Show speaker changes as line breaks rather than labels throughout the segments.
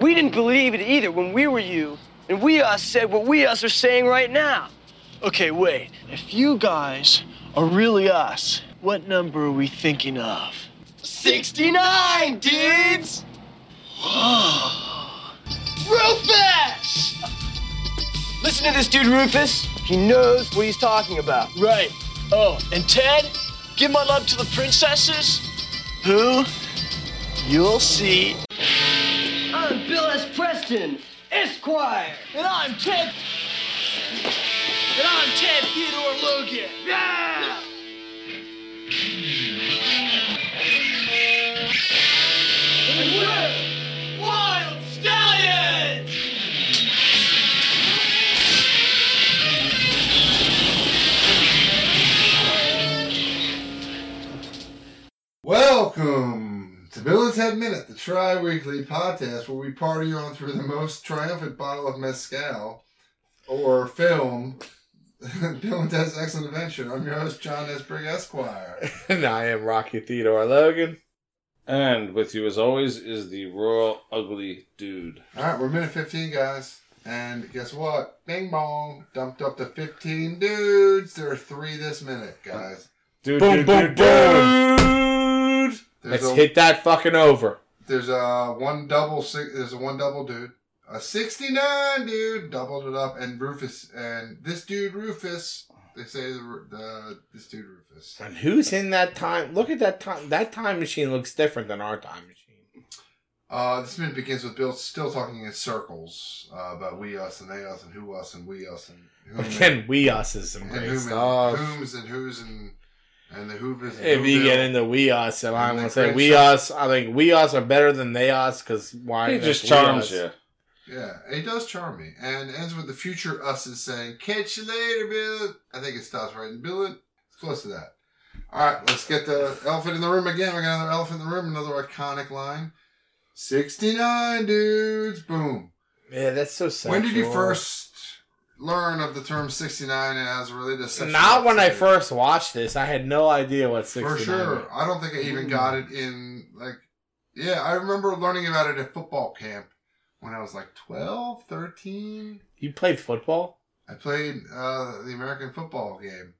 didn't believe it either when we were you, and we us said what we us are saying right now. Okay, wait. If you guys are really us, what number are we thinking of? 69, dudes! Rufus! Listen to this dude, Rufus. He knows what he's talking about. Right. Oh, and Ted, give my love to the princesses. Who? You'll see. I'm Bill S. Preston, Esquire. And I'm Ted. And I'm Ted Theodore Logan. Yeah! And we're Wild Stallions!
Welcome to Bill and Ted Minute, the tri weekly podcast where we party on through the most triumphant bottle of mezcal or film. Bill and Ted's Excellent Adventure. I'm your host, John S. Brigg Esquire.
And I am Rocky Theodore Logan.
And with you, as always, is the royal ugly dude.
All right, we're minute 15, guys. And guess what? Bing bong. Dumped up to 15 dudes. There are three this minute, guys.
Dude,
Boom,
dude,
boom,
dude, dude.
There's
Let's
a,
hit that fucking over.
There's a one double six. There's a one double dude. A sixty-nine dude doubled it up, and Rufus and this dude Rufus. They say the, the this dude Rufus.
And who's in that time? Look at that time. That time machine looks different than our time machine.
Uh, this minute begins with Bill still talking in circles uh, about we us and they us and who us and we us and whom
Again, we us is some
Mm. and,
great
whom and
stuff.
whom's and who's and and the whovis. And
If you
whoville.
get into we us, and I'm
And
gonna
the
say
great
we
show.
us. I think we us are better than they us because why?
He
that's
just
we us.
charms you.
yeah, it does charm me, and ends with the future us is saying "catch you later, Bill." I think it stops right in Bill. It's close to that. All right, let's get the elephant in the room again. We got another elephant in the room, another iconic line. 69 dudes. Boom.
Yeah, that's so sexual.
When did you first learn of the term 69 as related to sexual
Not when I
activity?
first watched this. I had no idea what sixty nine.
For sure. I don't think I even got it in, like, yeah, I remember learning about it at football camp when I was like 12, 13.
You played football.
I played uh, the American football game.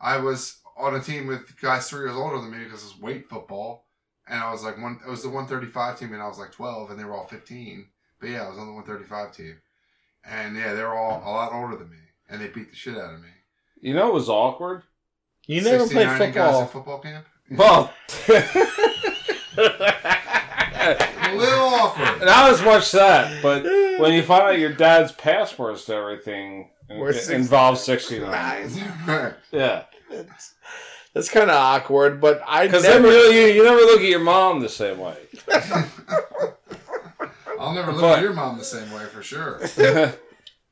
I was on a team with guys three years older than me because it was weight football, and I was like one. It was the one thirty five team, and I was like twelve, and they were all fifteen. But yeah, I was on the one thirty five team, and yeah, they were all a lot older than me, and they beat the shit out of me.
You know, it was awkward.
You never played
69 and guys at football
football.
camp.
Well,
A little awkward.
and I was much that, but when you find out your dad's passwords to everything in-
Were six-
involves 69.
Right.
Yeah.
That's, that's kind of awkward, but I
Because
never.
you, you never look at your mom the same way.
I'll never look
But-
at your mom the same way for sure.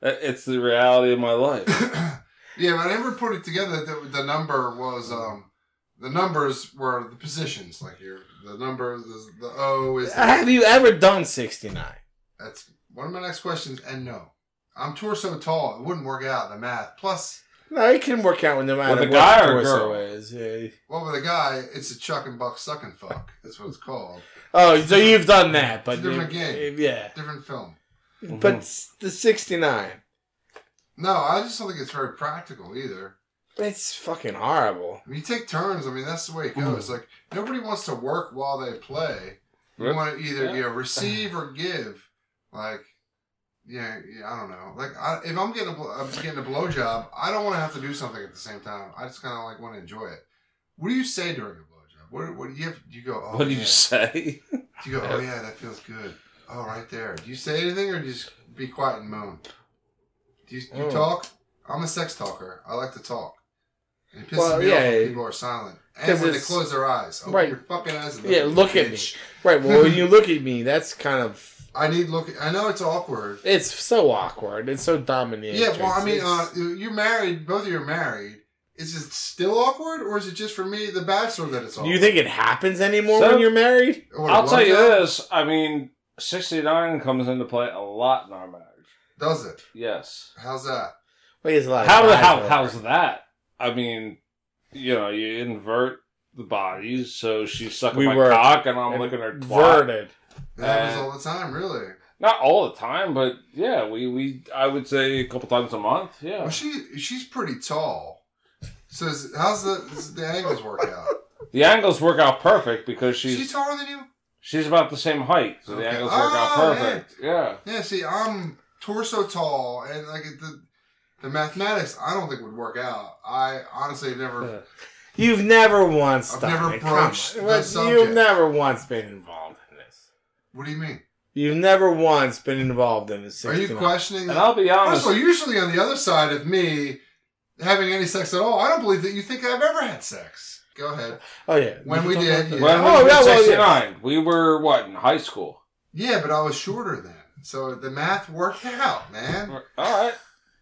it's the reality of my life.
Yeah, but I never put it together that the number was um the numbers were the positions like your the number the, the O is
Have you ever done 69?
that's one of my next questions and no. I'm torso tall. It wouldn't work out in the math. Plus,
No, it can work out no matter
a
what
guy
the
or a
torso
girl?
is. yeah.
well, with a guy, it's a chuck and buck suck and fuck. That's what it's called.
Oh, so you've done that, but
It's a different
you-
game.
yeah,
Different film.
Mm-hmm.
but s- the 69,
No, I just don't think it's very practical either.
it's fucking horrible.
I mean, you take turns. I mean, that's the way it goes. Like nobody wants to work while they play. You
Yep.
want to either
Yeah.
you know, receive or give. Like, yeah, yeah, I don't know. Like, I, if I'm getting a, bl- I'm getting a blowjob, I don't want to have to do something at the same time. I just kind of like want to enjoy it. What do you say during a blowjob? What What do you have? Do you go? Oh,
What do you
yeah.
say?
Do you go? Oh yeah, that feels good. Oh, right there. Do you say anything or do you just be quiet and moan? Do you, you
Mm.
talk? I'm a sex talker. I like to talk. And it pisses
Well,
me
yeah.
off when people are silent.
'Cause
And when they
it's-
close their eyes. Open
Right.
your fucking eyes and
Yeah, look at me.
bitch.
Right. Well, when you look at me, that's kind of
I need look. I know it's awkward.
it's so awkward. It's so dominating.
yeah, well, I mean, uh, you're married. Both of you are married. Is it still awkward, or is it just for me, the bachelor, that it's
do
awkward?
you think it happens anymore
So-
when you're married?
I wanna
I'll
love
tell you
that.
this. I mean, 69 comes into play a lot in our marriage.
Does it?
Yes.
How's that?
Wait, it's a lot. of
How,
guys
how
over.
how's that? I mean, you know, you invert the bodies, so she's sucking
We
my
were
cock, and I'm looking at her twat.
inverted?
That happens
Uh,
all the time, really.
Not all the time, but yeah, we, we I would say a couple times a month.
Well,
Yeah.
she she's pretty tall. So is, how's the is the angles work out?
The angles work out perfect because
She's
she's
taller than you?
she's about the same height, so the
Okay.
angles work out
Oh,
perfect. Yeah.
Yeah. See, I'm torso tall, and like the the mathematics, I don't think would work out. I honestly have never.
Yeah.
You've never once
I've
done
never
it. Come
broached
on.
the
Like,
subject.
You've never once been involved in this.
What do you mean?
You've never once been involved in a
Are you
16
questioning?
And
that?
I'll be
First
honest,
of all, usually on the other side of me having any sex at all, I don't believe that you think I've ever had sex. Go ahead.
Oh yeah.
When
can
we
talk
did,
about that.
yeah.
when we
Oh,
were
yeah, well, yeah.
69, we were what in high school.
Yeah, but I was shorter then. So the math worked out, man.
All right.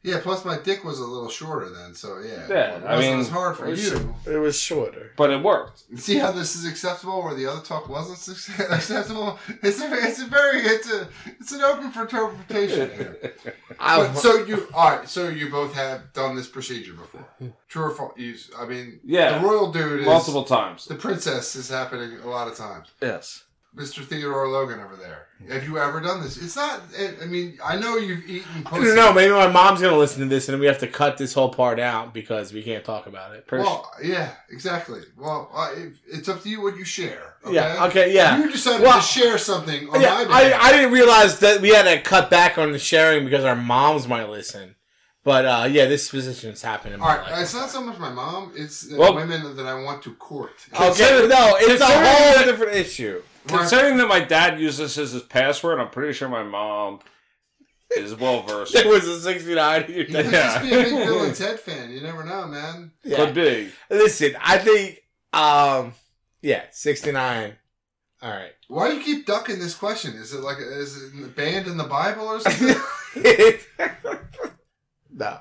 Yeah, plus my dick was a little shorter then, so yeah.
Yeah,
it
I mean,
wasn't as hard for
it was
you.
It was shorter.
But it worked.
See how this is acceptable where the other talk wasn't suc- acceptable? It's a, it's a very, it's a, it's an open for interpretation here.
I
But so you all right? So you both have done this procedure before. True or false? You, I mean,
Yeah.
The royal dude is
Multiple times.
the princess is happening a lot of times.
Yes.
Mr. Theodore Logan over there. Have you ever done this? It's not. I- I mean, I know you've eaten.
I
Pussy.
don't know. Maybe my mom's gonna listen to this, and we have to cut this whole part out because we can't talk about it.
Well, yeah, exactly. Well, I, it, it's up to you what you share. Okay?
Yeah. Okay. Yeah.
You decided
Well,
to share something on my
Oh, yeah. I,
behalf.
I didn't realize that we had to cut back on the sharing because our moms might listen. But uh, yeah, this position has happened in my
all right,
life.
it's not so much my mom; it's the
Well-
women that I want to court.
Okay.
Consider-
No, it's a
consider that-
whole different issue.
Considering that my dad used this as his password, I'm pretty sure my mom is well versed.
There was a sixty-nine. in your
You could
day.
just be a big
Yeah.
Bill and Ted fan. You never know, man.
Yeah.
Could be.
Listen, I think, um, yeah, sixty-nine. All right.
Why do you keep ducking this question? Is it like is it banned in the Bible or something?
no,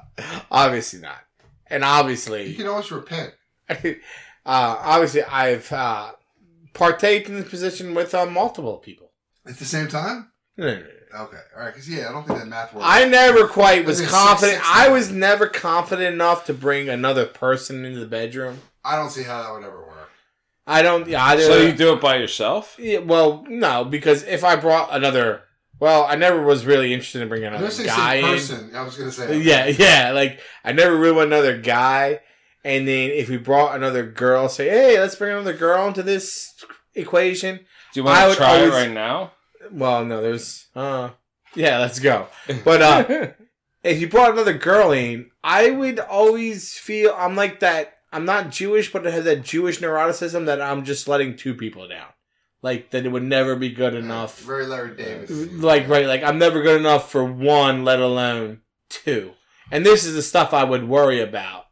obviously not. And obviously,
you can always repent.
uh, obviously, I've uh, partaked in this position with uh, multiple people.
At the same time?
No, no, no, no.
Okay. All right. Because yeah, I don't think that math works.
I never quite was
Maybe
confident.
six, six,
I
nine.
was never confident enough to bring another person into the bedroom.
I don't see how that would ever work.
I don't. Yeah, I
So you do it by yourself?
Yeah, well, no, because if I brought another, well, I never was really interested in bringing
I'm
another
just saying
guy
same
in.
person. I was gonna say.
Yeah, yeah. Like I never really want another guy. And then if we brought another girl, say, hey, let's bring another girl into this equation.
Do you
I
want
would
to try
always-
it right now?
Well, no, there's, uh, yeah, let's go. But uh, if you brought another girl in, I would always feel I'm like that. I'm not Jewish, but I have that Jewish neuroticism that I'm just letting two people down. Like that, it would never be good enough.
Very Larry David.
like right like i'm never good enough for one let alone two and this is the stuff i would worry about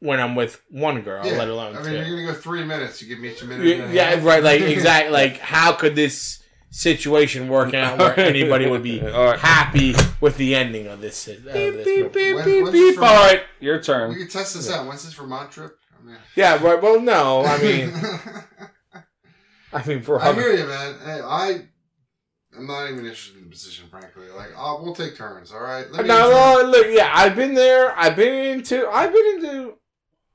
when i'm with one girl
Yeah,
let alone
I mean,
two
you're gonna go three minutes. You give me each a minute.
Y-
and a
yeah
half.
right like exactly like how could this situation work out where anybody would be
All right.
happy with the ending of this, si- of this movie?
Uh, When- when's this
All
for-
right, your
We
turn.
could test this out. When's this Vermont trip? I mean,
yeah right well no Oh, i mean i mean for
I hear you, man. Hey, I, I'm not even interested in the position, frankly. Like, I'll, we'll take turns. All right. Let me
no,
enjoy-
no, look, yeah, I've been there. I've been into. I've been into.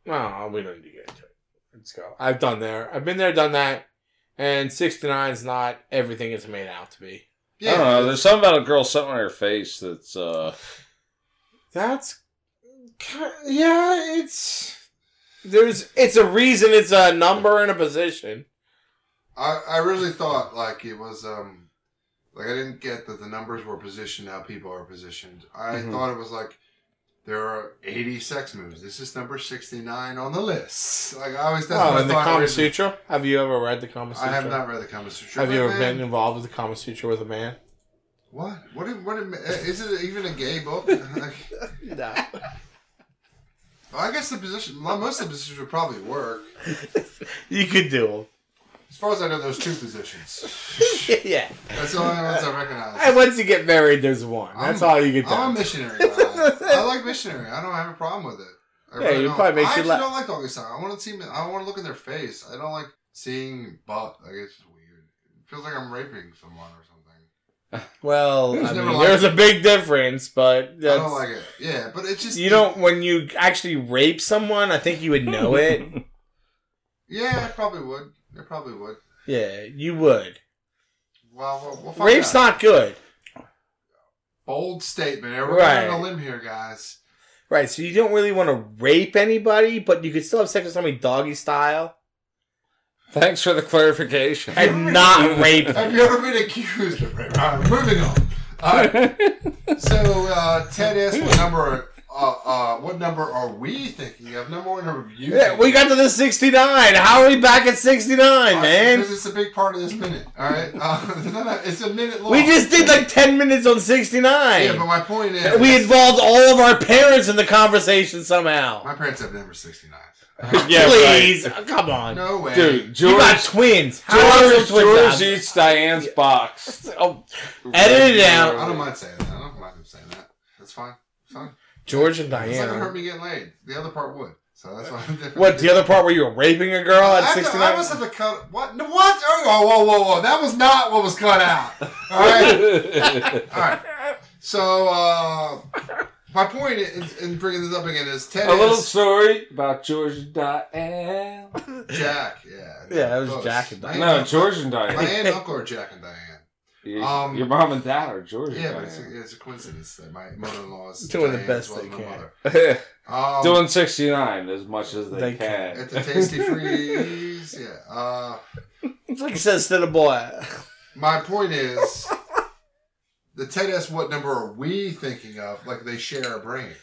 Well, we don't need to get into it. Let's go. I've done there. I've been there, done that. And six to nine is not everything it's made out to be.
I don't
Yeah.
know. There's something about a girl something on her face that's uh
That's. ki- Yeah, it's. There's. It's a reason. It's a number and a position.
I, I really thought like it was um like I didn't get that the numbers were positioned how people are positioned. I
Mm-hmm.
Mhm.
thought it was like there are eighty sex moves. This is number sixty nine on the list. Like I always that's
oh,
what
and
I
the
thought.
Kama
reading-
Sutra. Have you ever read the Kama Sutra?
I have not read the Kama Sutra.
Have you
but
ever
man,
been involved with the Kama Sutra with a man?
What? What? Did, what? Did, eh, is it even a gay book? like,
No.
well, I guess the position. well, Most of the positions would probably work.
you could do
As far as I know, there's two positions.
them. yeah.
That's the only ones I recognize.
And once you get married, there's one. That's
I'm-
all you get
I'm a
done.
missionary. guy. I like missionary. I don't have a problem with it. I
Yeah, it
don't.
probably
I
makes you
actually
laugh.
don't like doggy style. I want to see. I want to look in their face. I don't like seeing butt. Like it's just weird. It feels like I'm raping someone or something.
Well,
There's
I
never
mean,
like-
there's a big difference, but
I don't
that's,
like it. Yeah, but it's just
you don't. When you actually rape someone, I think you would know it.
Yeah, I probably would. I probably would.
yeah, you would.
Well, we'll, we'll find
Rape's
out.
not good.
Bold statement. We're
Right.
going on a limb here, guys.
Right, so you don't really want to rape anybody, but you could still have sex with somebody doggy style
Thanks for the clarification.
and not rape. them.
Have you ever been accused of rape? All right, moving on. All right. So uh, Ted asked what number. Uh, uh, what number are we thinking of? Number one, are you?
Yeah, we got to the 69. How are we back at 69, man?
Because it's a big part of this minute. All right, uh, no, no, it's a minute long.
We just did like 10 minutes on 69.
Yeah, but my point is,
we involved all of our parents in the conversation somehow.
my parents have number sixty nine.
yeah,
Please, uh,
right.
come on.
No way,
Dude,
You got
George,
twins. How are there
George,
twins out
George
there?
eats Diane's box.
Oh, edit it out.
I don't mind saying that. I don't mind him saying that. That's fine. It's fine.
George and
It's not gonna hurt
Diana.
me getting laid. The other part would. So that's why I'm different.
What, the other part where you were raping a girl at
I, have to- I
69?
must have to cut. What? No, What? Oh, whoa, whoa, whoa! That was not what was cut out. All right, all right. So, uh, my point in, in bringing this up again is Ted
a little
is
story about George and Diane.
Jack. Yeah,
Yeah, that was
Close.
Jack and
My
Diane.
aunt
No,
and-
George and
My
Diane.
aunt and uncle are Jack and Diane.
You-
Um,
your mom and dad are George
Yeah, but
and
it's a, it's a coincidence that my mother-in-law is
Doing the
Diane
best
as well
they
as my
can.
mother.
Diane.
Um,
Doing 69 as much as they,
They
can.
at the Tasty Freeze. Yeah. Uh,
It's like it says to the boy.
my point is, the Ted asked, "What number are we thinking of?" Like they share a brain.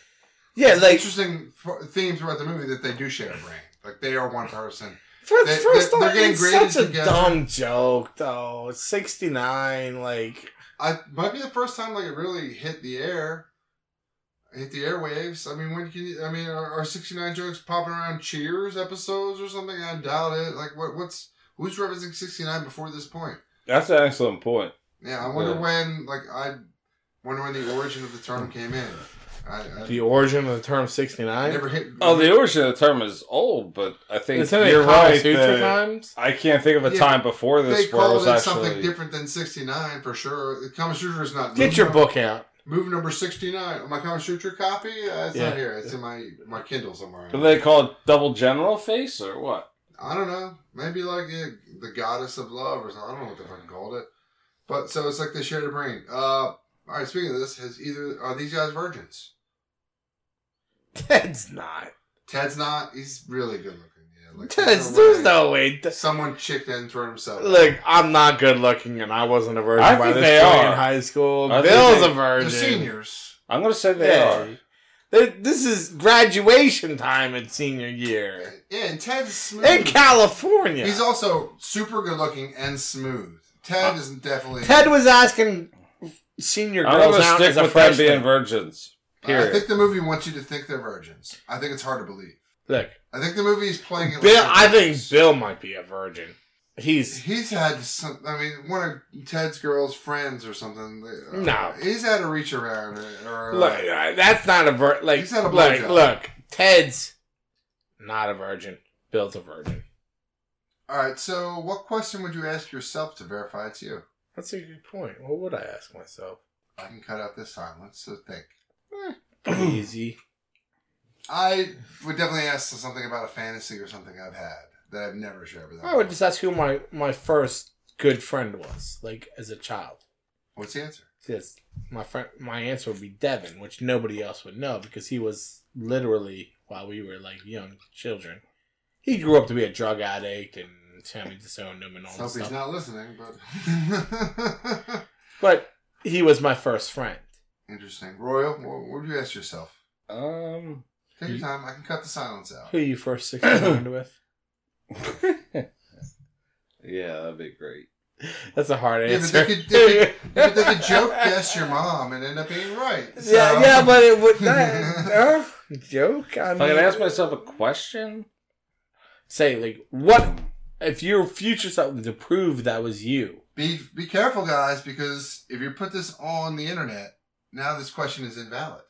Yeah,
It's an
like,
interesting f- theme throughout the movie that they do share a brain. Like they are one person.
for
they-
first
they're-
off,
they're getting
it's
graded
such a
together.
dumb joke, though. 69, like,
I might be the first time like it really hit the air, hit the airwaves. I mean, when can you, I mean, are, are sixty nine jokes popping around Cheers episodes or something? I doubt it. Like, what what's who's referencing sixty nine before this point?
That's an excellent point.
Yeah, I wonder
Yeah.
when like I wonder when the origin of the term came in. I, I,
the origin of the term
I
69.
never hit.
Oh, the origin of the term is old, but I think
Isn't it
you're
Kama
right.
Sutra
that-
times?
I can't think of a
Yeah,
time before
they
this where it
called
was
it
actually.
something different than sixty nine for sure. The Kama Sutra is not.
Get
move
your
number-
book out.
Move number sixty nine. My Kama Sutra copy. Uh, it's
Yeah.
not here. It's in my my Kindle somewhere.
Do they call it double general face or what?
I don't know. Maybe like uh, the goddess of love or something. I don't know what the fuck called it. But so it's like they shared a brain. Uh, all right. Speaking of this, has either are these guys virgins?
Ted's not.
Ted's not. He's really good looking. Yeah. Like
Ted's,
no way
there's no way. Ted-
Someone chicked in for himself.
Look, I'm not good looking, and I wasn't a virgin
I
by
think
this
they
point
are.
in high school.
I think
Bill's
they-
a
They're
virgin.
seniors.
I'm gonna say they
Yeah.
are.
Th- This is graduation time in senior year
Yeah, and Ted's smooth.
in California.
He's also super good looking and smooth. Ted is definitely.
Ted was asking senior
I'm
girls
gonna
out
stick
as a
with them
freshman.
being virgins.
I
Period.
think the movie wants you to think they're virgins. I think it's hard to believe.
Look,
I think the movie's playing it.
Bill.
like
I
they're
think
virgins.
Bill might be a virgin. He's
He's had some. I mean, one of Ted's girl's friends or something. they- uh,
No.
he's had a reach around or, or
look. uh, That's not a virgin. Like,
He's had a
like,
blowjob.
look, Ted's not a virgin. Bill's a virgin.
All right. So, what question would you ask yourself to verify it's you?
That's a good point. What would I ask myself?
I can cut out this silence. So think.
Pretty easy.
I would definitely ask something about a fantasy or something I've had that I've never shared with.
I would
anyone.
just ask who my my first good friend was, like as a child.
What's the answer?
Yes, my friend, my answer would be Devin, which nobody else would know because he was literally while we were like young children. He grew up to be a drug addict, and Sammy disowned him and all
Hope
this
he's
stuff.
not listening, but
but he was my first friend.
interesting. Royal, what what would you ask yourself?
um,
Take your time. I can cut the silence out.
Who you first six friend with?
yeah, that'd be great.
That's a hard
Yeah, but
answer.
they could- they But they could joke guess your mom and end up being right. So-
yeah, yeah, but it would not uh, joke. I
If I
mean,
can ask myself a question,
say like, what if your future self to prove that was you?
Be be careful, guys, because if you put this on the internet, now this question is invalid.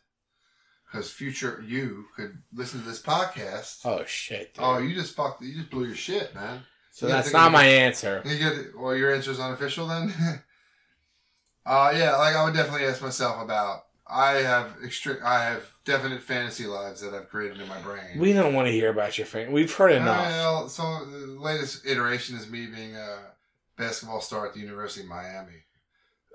Because future you could listen to this podcast. Oh,
Oh shit! dude.
you just fucked. You just blew your shit, man.
so
yeah,
that's
they-
not my answer.
You get well. Your answer's unofficial then. uh yeah, like I would definitely ask myself about. I have extre- I have definite fantasy lives that I've created in my brain.
We don't want to hear about your fan. We've heard enough.
Well, so the latest iteration is me being a basketball star at the University of Miami.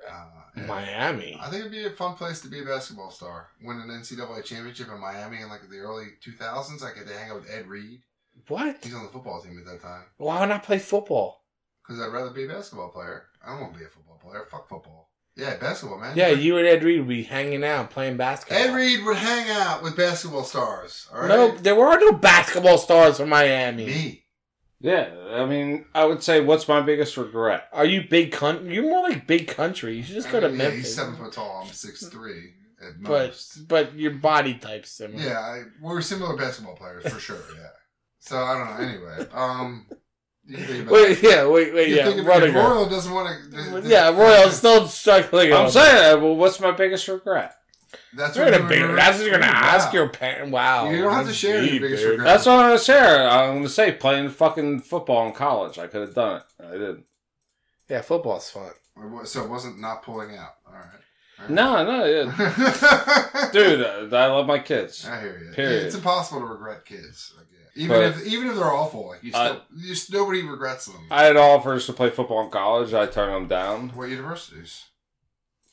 Uh, and
Miami.
I think it'd be a fun place to be a basketball star. Win an NCAA championship in Miami in like the early 2000s. I could hang out with Ed Reed.
What?
He's on the football team at that time.
Why not play football?
Because I'd rather be a basketball player. I don't want to be a football player. Fuck football. Yeah, basketball, man.
Yeah, you and Ed Reed would be hanging out playing basketball.
Ed Reed would hang out with basketball stars. All right.
No, there were no basketball stars from Miami.
me.
Yeah, I mean, I would say what's my biggest regret?
Are you big country? You're more like big country. You should just
I
go to
mean, yeah,
Memphis.
He's seven foot tall. I'm six three at
but
most.
but your body type's similar.
yeah, I, we're similar basketball players for sure. Yeah. So I don't know. Anyway, um, you think about
Wait, yeah, wait, wait,
you
yeah.
think about it,
Royal.
Royal doesn't want to.
Yeah, Royal's still struggling.
I'm saying, uh, well, what's my biggest regret?
That's
You're
what
gonna, be,
were-
that's what you're gonna
Wow.
ask your parent. Wow,
You don't have to
that's
share your
deep,
biggest
dude.
regret.
That's what I'm gonna say. I'm gonna say playing fucking football in college. I could have done it. I didn't.
Yeah, football's fun.
So it wasn't not pulling out. All right.
No, no, yeah. dude. uh, I love my kids.
I hear you.
Period.
It's impossible to regret kids. Like, yeah. Even
But-
if even if they're awful, like you still,
I-
you s nobody regrets them.
I had offers to play football in college. I turned them down.
what universities?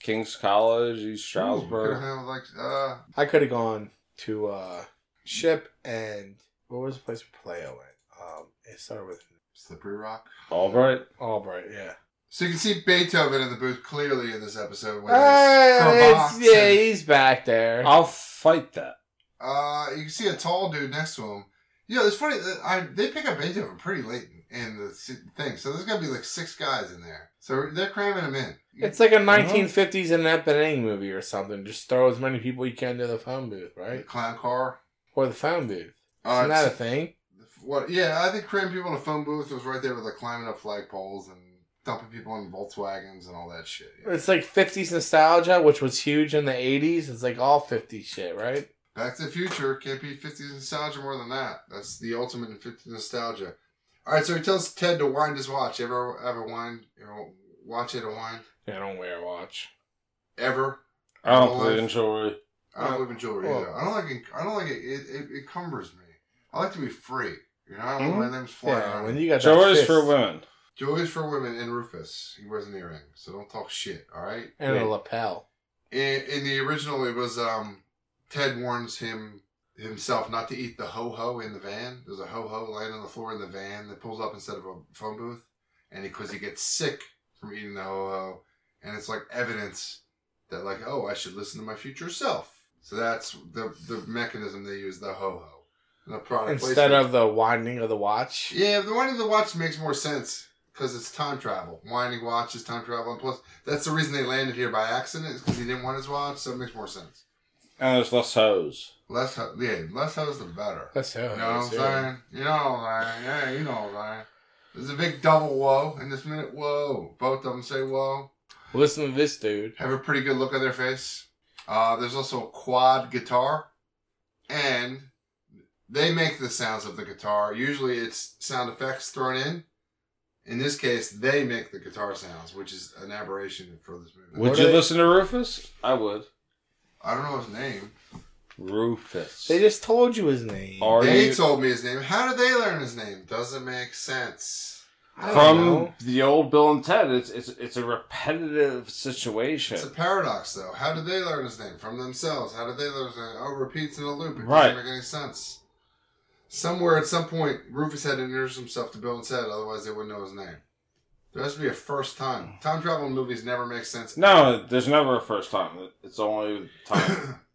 King's College, East
Could have
Stroudsburg.
handled like uh,
I could have gone to uh ship and what was the place we play I went? Um, it started with
slippery rock.
Albright.
Albright. Yeah,
So you can see Beethoven in the booth clearly in this episode. When
Ah,
he's
it's-
boxing.
yeah, he's back there.
I'll fight that.
uh, you can see a tall dude next to him. You know, it's funny. that I, they pick up Beethoven pretty late in the se- thing, so there's gonna be like six guys in there. So they're cramming him in.
It's like a 1950s and an Epining movie or something. Just throw as many people you can to the phone booth,
The
right?
clown car.
Or the phone booth.
Uh,
Isn't that a thing?
What? Yeah, I think cramming people in a phone booth was right there with like climbing up flagpoles and dumping people in Volkswagens and all that shit. yeah.
It's like 50s nostalgia, which was huge in the 80s. It's like all 50s shit, right?
Back to the Future can't be 50s nostalgia more than that. That's the ultimate in 50s nostalgia. All right, so he tells Ted to wind his watch. Ever, ever wind, you know, watch it and wind.
Yeah, I don't wear a watch.
Ever.
I don't
Well,
play
I-
in jewelry.
I don't
Uh,
live in jewelry
well-
either. I don't like. It, I don't like it. It, it. it encumbers me. I like to be free. You know, I don't want my name's flying.
Mm-hmm. Yeah,
around.
when you got that
Jewelry's
fist
for women.
Jewelry's for women and Rufus. He wears an earring, so don't talk shit. All right.
and a lapel.
in, in the original it was um ted warns him himself not to eat the ho-ho in the van there's a ho-ho laying on the floor in the van that pulls up instead of a phone booth and because he gets sick from eating the ho-ho and it's like evidence that like oh i should listen to my future self so that's the the mechanism they use the ho-ho the product
Instead
placement.
of the winding of the watch.
Yeah, the winding of the watch makes more sense because it's time travel. Winding watch is time travel, and plus that's the reason they landed here by accident because he didn't want his watch, so it makes more sense.
And there's less hoes.
Less, ho- yeah, less hoes the better.
That's how
You
it
know what I'm
is, yeah.
saying? You know what I'm saying? Yeah, you know what I'm saying. There's a big double whoa in this minute. Whoa, both of them say whoa.
Listen to this dude.
Have a pretty good look on their face. Uh, there's also a quad guitar, and they make the sounds of the guitar. Usually, it's sound effects thrown in. In this case, they make the guitar sounds, which is an aberration for this movie.
Would
What
you
are-
listen to Rufus? I would.
I don't know his name.
Rufus.
They just told you his name.
Are
they
you-
told me his name. How did they learn his name? Doesn't make sense.
I don't
From
know.
the old Bill and Ted, it's it's it's a repetitive situation.
It's a paradox, though. How did they learn his name from themselves? How did they learn his name? Oh, repeats in a loop. It
Right.
doesn't make any sense. Somewhere at some point, Rufus had to introduce himself to Bill and Ted, otherwise they wouldn't know his name. There has to be a first time. Time travel in movies never makes sense.
No, there's never a first time. It's only time.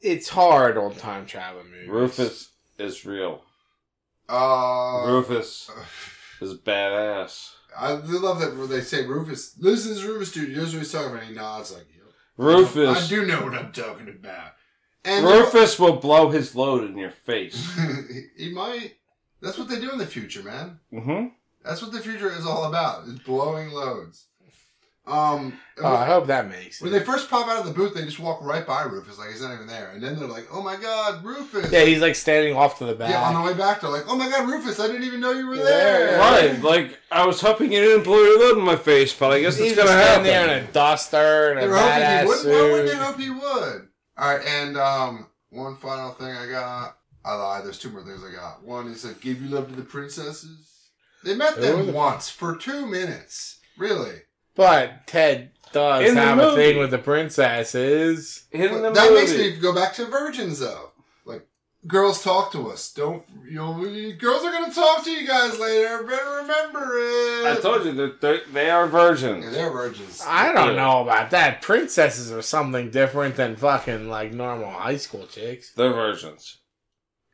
It's hard on time traveling movies.
Rufus is real.
Uh,
Rufus is badass.
I do love that when they say Rufus. This is Rufus, dude. He knows what he's talking about. He nods like, yep. I
Rufus.
do know what I'm talking about. And
Rufus will blow his load in your face.
he might. That's what they do in the future, man.
hmm
That's what the future is all about. Is blowing loads. Um,
Oh, I hope that makes
when
it.
they first pop out of the booth, they just walk right by Rufus, like he's not even there. And then they're like, "Oh my God, Rufus!"
yeah, he's like standing off to the back.
Yeah, on the way back, they're like, "Oh my God, Rufus! I didn't even know you were
Yeah.
there."
Right, like I was hoping you didn't blow your load in my face, but I guess it's
He's
gonna
gonna
happen.
stand there in a duster and
They
a
were hoping he
badass
would. Why would they
suit.
hope he would? All right, and um, one final thing I got. I lied. There's two more things I got. One is like, "Give you love to the princesses." They met
Who are
them
the-
once for two minutes. Really?
But Ted does
In the
have a
movie.
thing with the princesses.
In the
But that makes
movie.
me go back to virgins though. Like girls talk to us. Don't you know? we- Girls are gonna talk to you guys later. Better remember it.
I told you that they're- they are virgins.
Yeah, they're virgins.
I don't
Yeah.
know about that. Princesses are something different than fucking like normal high school chicks.
They're virgins.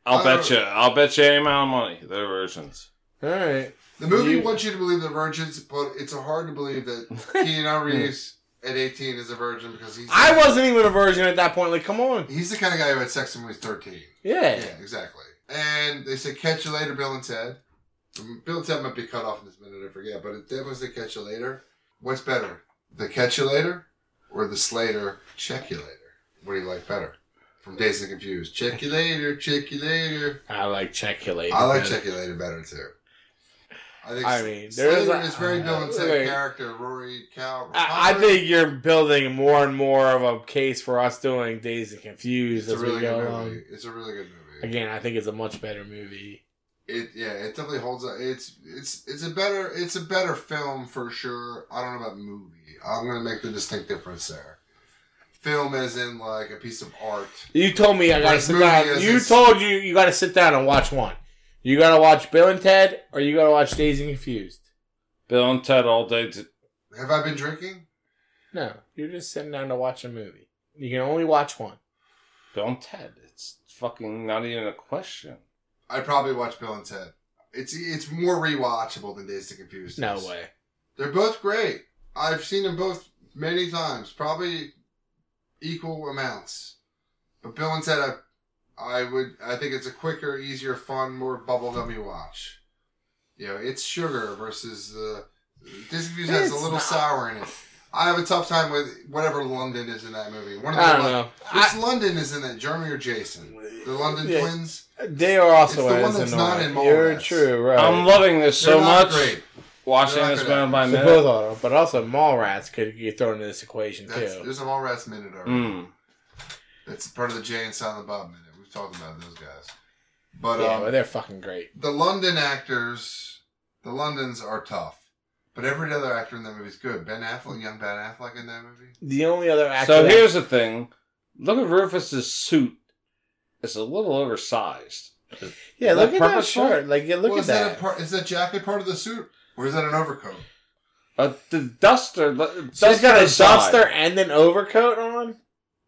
Uh,
I'll bet you. I'll bet you any amount of money. They're virgins.
All right.
The movie
You-
wants you to believe they're virgins, but it's hard to believe that Keanu Reeves at 18 is a virgin because he's
I wasn't even a virgin at that point. Like, come on.
he's the kind of guy who had sex when he was 13.
Yeah.
Yeah, exactly. And they say catch you later, Bill and Ted. Um, Bill and Ted might be cut off in this minute, I forget, but it definitely said catch you later. What's better, the catch you later or the Slater check you later? What do you like better? From Days and Confused, check you later, check you later.
I like checkulating.
I like check you later better too. I think
I mean, there's
Slater
a-
is very Bill and Ted
Look.
character. Rory Cal.
I, I think you're building more and more of a case for us doing Days and Confused
it's a
as
really
we go
good
along.
movie. It's a really good movie.
Again, I think it's a much better movie.
it yeah it definitely holds up it's it's it's a better it's a better film for sure i don't know about movie i'm gonna make the distinct difference there film as in like a piece of art
You told me I gotta
This
sit
movie
down.
is
You
ins-
told you you gotta sit down and watch one. You gotta watch Bill and Ted, or you gotta watch Days and Confused.
Bill and Ted all day. T-
have i been drinking
No, you're just sitting down to watch a movie. You can only watch one.
Bill and Ted. It's fucking not even a question.
i probably watch bill and ted it's it's more rewatchable than days to confuse
No way.
they're both great i've seen them both many times probably equal amounts but bill and ted i, I would i think it's a quicker easier fun more bubblegummy watch you know it's sugar versus the Disney Views has a
It's
little
not-
sour in it i have a tough time with whatever london is in that movie one of the
I don't
Lon-
know.
which
I,
london is in that jeremy or jason the london
Yeah.
twins
they are also
It's the
as
one that's not in
annoying. You're
Mallrats.
true, right?
I'm loving this
They're
so
not
much.
great. They're
Watching
not
this
good
minute by
They
minute.
both are, but also Mallrats could get thrown into this equation
That's,
too.
there's a all rest minute already
Mm.
It's part of the Jay and Silent Bob minute. We've talked about those guys. But
yeah,
um,
but they're fucking great.
the London actors, the Londons are tough. But every other actor in that movie is good. Ben Affleck, young Ben Affleck in that movie.
The only other actor.
So
that-
here's the thing. Look at Rufus's suit. It's a little oversized.
yeah,
is
look
that
at that
purple
shirt. Like, yeah, look
Well,
at
is that,
that.
a part, is that jacket part of the suit, or is that an overcoat?
Uh, the duster. the-
so he's got a
aside.
duster and an overcoat on.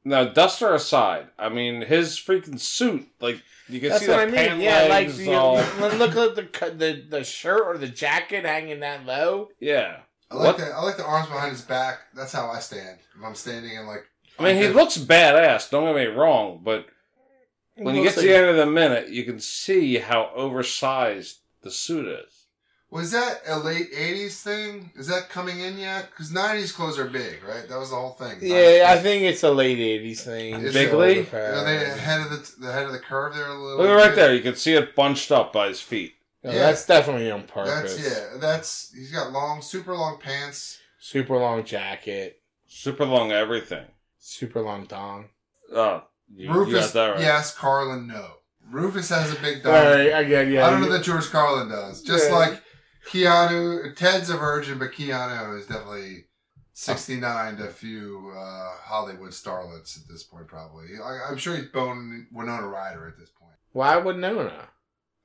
No, duster aside. I mean, his freaking suit. Like you can
That's
see
what
the
I mean.
pant
Yeah, like
legs
the, um,
all.
look at the, co- the the shirt or the jacket hanging that low.
yeah.
I like
What?
the I like the arms behind his back. That's how I stand. If I'm standing in like,
I mean, he looks badass. Don't get me wrong, but when you get
Looks
to
like-
the end of the minute, you can see how oversized the suit is.
was that a late '80s thing? Is that coming in yet? Because '90s clothes are big, right? That was the whole thing.
Yeah, I think it's a late '80s thing.
It's
Bigly?
Overcoat.
Are they ahead of the, the head of the curve there a little?
Look right
bit?
there. You can see it bunched up by his feet.
No,
Yeah.
That's definitely on purpose.
That's yeah. That's he's got long, super long pants.
Super long jacket,
Super long everything.
super long dong.
Oh, you, you
Rufus,
got that right.
yes. Carlin, no. Rufus has a big dog.
Alright, I get yeah.
I don't know
you-
that George Carlin does. Just
Yeah.
like Keanu, Ted's a virgin, but Keanu is definitely sixty-nine to a few uh, Hollywood starlets at this point. Probably, I, I'm sure he's boning Winona Ryder at this point.
Why would Nona?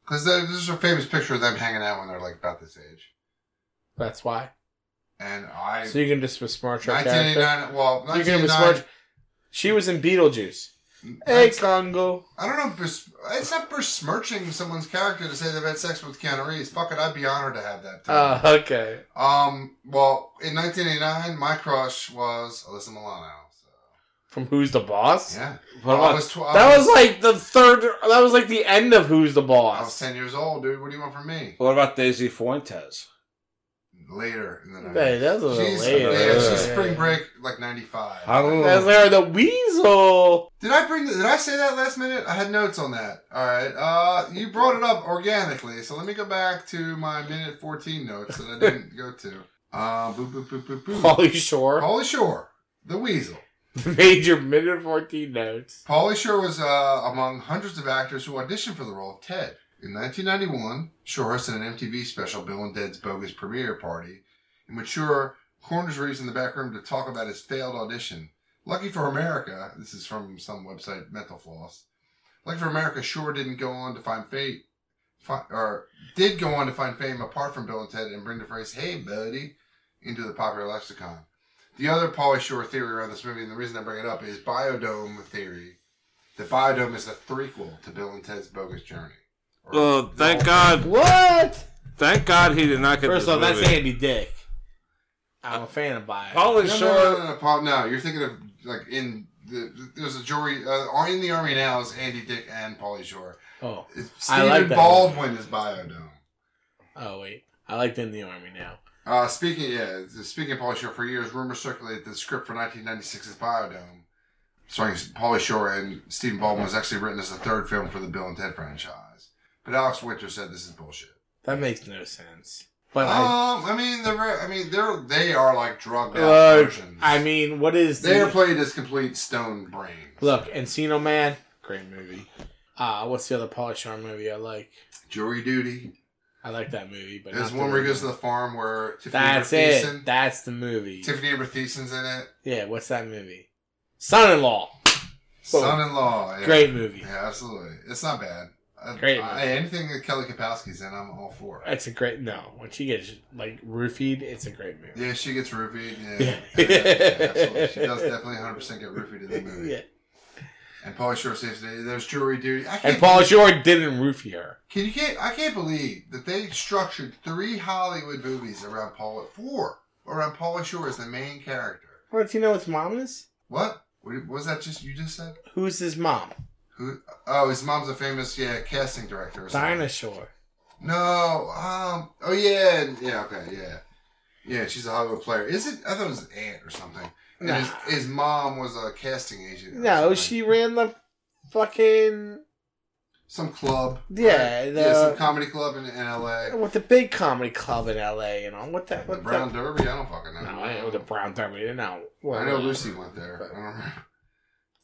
Because there's a famous picture of them hanging out when they're like about this age.
That's why.
And I,
So you can just besmirch her character.
1989. Well,
You can
1989.
besmirch. She was in Beetlejuice. Hey, Congo.
I don't know. Bes- it's not besmirching someone's character to say they've had sex with Keanu Reeves. Fuck it, I'd be honored to have that.
Oh,
Time.
okay.
um. Well, in 1989, my crush was Alyssa Milano. So
From Who's the Boss?
yeah,
What
I
about-
was tw- I
That was like the third. That was like the end of Who's the
I was
Boss.
10 years old, dude. What do you want from me?
what about Daisy Fuentes?
Later in the night.
Hey, that was a little
she's,
later.
Yeah, she's
Yeah.
spring break like 95.
I don't know.
That's Larry the Weasel.
Did I bring? The, did I say that last minute? I had notes on that. All right. Uh, you brought it up organically, so let me go back to my minute fourteen notes that I didn't go to. Uh, boo, boo, boo, boo, boo.
Polly Shore.
Pauly Shore, the Weasel.
Major minute 14 notes.
Pauly Shore was uh, among hundreds of actors who auditioned for the role of Ted. In 1991, Shore hosted an MTV special, Bill and Ted's Bogus Premiere Party, in which Shore corners Reeves in the back room to talk about his failed audition. Lucky for America, this is from some website, Mental Floss. Lucky for America sure didn't go on to find fate, fi- or did go on to find fame apart from Bill and Ted and bring the phrase, hey, buddy, into the popular lexicon. The other Pauly Shore theory around this movie, and the reason I bring it up, is Biodome theory. The Biodome is a prequel to Bill and Ted's Bogus Journey. Or-
Well, Oh, thank God.
What?
Thank God he did not get
First
this
off, that's
movie.
Andy Dick. I'm a fan of Bio.
Pauly
No,
Shore.
no, no, no, no, Paul, no, you're thinking of like in the there's a jury uh, in the army now is Andy Dick and Pauly Shore.
Oh,
It's
I
Stephen
like that
Baldwin is Biodome.
oh wait. I liked in the army now.
Uh, speaking, yeah, speaking of Pauly Shore, for years rumors circulated that the script for 1996's Biodome, starring Pauly Shore and Stephen Baldwin, was actually written as the third film for the Bill and Ted franchise. But Alex Winter said this is bullshit.
That makes no sense. But I,
Um, I mean, the re- I mean, they're they are like drugged out
Look,
versions.
I mean, what is
they are
the-
played as complete stone brains.
Look, Encino Man, great movie. Uh, what's the other Paul Shore movie I like?
jury duty.
I like that movie, but
There's
not
one
the
where he
movie.
goes to the farm where Tiffany
That's
Amber
it.
Thiessen,
That's the movie.
Tiffany Amber Thiessen's in it.
Yeah, what's that movie? Son-in-law. Boom.
Son-in-law. yeah.
Great movie.
Yeah, absolutely. It's not bad. I-
Great
I- anything that Kelly Kapowski's in, I'm all for.
It's a great no. When she gets like roofied, it's a great movie.
Yeah, she gets roofied. Yeah,
Yeah.
yeah, yeah, absolutely. She does definitely 100 percent get roofied in the movie.
Yeah.
And Paul Shore saves the day. There's jury duty. I can't,
And Paul Shore didn't roofie her.
Can you can't? I can't believe that they structured three Hollywood movies around Paul. Four around Paul Shore as the main character.
What do you know his mom is?
What? What was that? Just you just said?
Who's his mom?
Who? Oh, his mom's a famous yeah casting director. or something.
Dinah Shore.
No. Um. Oh yeah. and- Yeah. Okay. Yeah. Yeah. She's a Hollywood player. Is it? I thought it was his aunt or something. And
Nah.
his, his mom was a casting agent. or
No,
something.
she ran the fucking
Some club.
Yeah,
right?
the-
yeah. Some comedy club in, in L.A.
with the big comedy club in L.A. You know what the
The
what
Brown
the,
Derby. I don't fucking know.
no, I know the Brown Derby. No,
I know Lucy went there. I don't remember.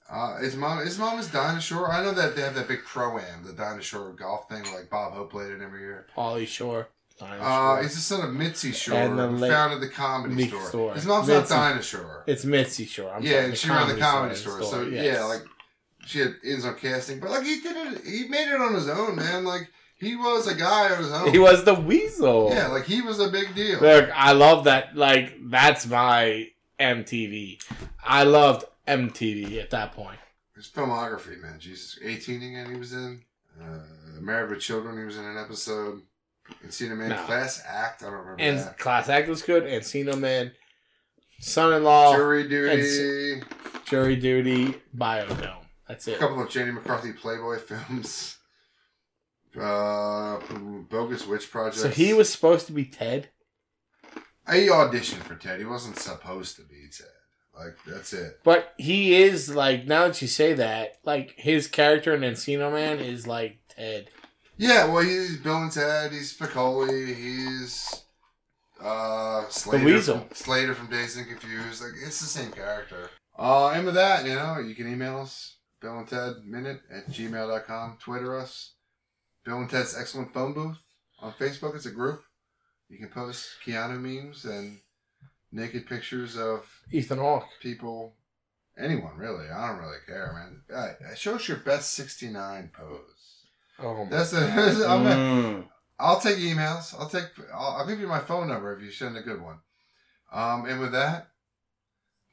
Uh, his mom, his mom is Dinah Shore. I know that they have that big pro am, the Dinah Shore golf thing, like Bob Hope played it every year.
Pauly Shore. Dinah
Uh,
Shore.
he's the son of Mitzi Shore,
And the
who
late-
founded the comedy
Mitzi
store.
Store.
His mom's
Mitzi.
not Dinah Shore.
It's Mitzi Shore. I'm
yeah,
sorry,
and she ran the comedy
store,
store. So
yes.
yeah, like she had ends on casting, but like he did it. He made it on his own, man. Like he was a guy on his own.
he was the weasel.
oh. Yeah, like oh. he was a big deal.
Look, I love that. Like that's my MTV. I loved MTV at that point.
His filmography, man. Jesus, eighteen again. He was in uh, Married with Children. He was in an episode. Encino Man,
No.
Class Act. I don't remember
And
that.
Class Act was good. Encino Man, Son-in-Law, Jury,
Jury Duty.
and Duty, Biodome. That's
A
it.
couple of Jenny McCarthy Playboy films. Uh, Bogus Witch Project.
So he was supposed to be Ted.
He auditioned for Ted. He wasn't supposed to be Ted. Like that's it.
But he is like now that you say that, like his character in Encino Man is like Ted.
Yeah, well, he's Bill and Ted. He's Piccoli. He's uh Slater.
Weasel.
From, Slater from Dazed and Confused. Like it's the same character. Uh, and with that, you know, you can email us Bill and Ted Minute at gmail.com. Twitter us Bill and Ted's Excellent Phone Booth on Facebook. It's a group. You can post Keanu memes and naked pictures of
Ethan Hawke.
people, anyone really. I don't really care, man. Uh, show us your best sixty-nine pose.
Oh my
That's a. I'm a
Mm,
I'll take emails. I'll take. I'll, I'll give you my phone number if you send a good one. Um, and with that,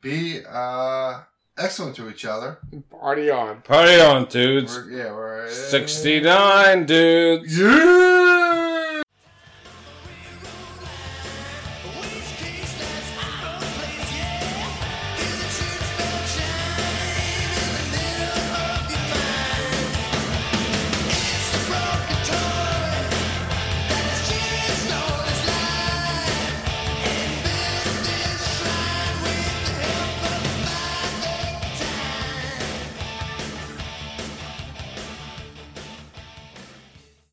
be uh excellent to each other.
party on.
Party on, dudes.
We're- yeah, we're
69, dudes.
Yeah.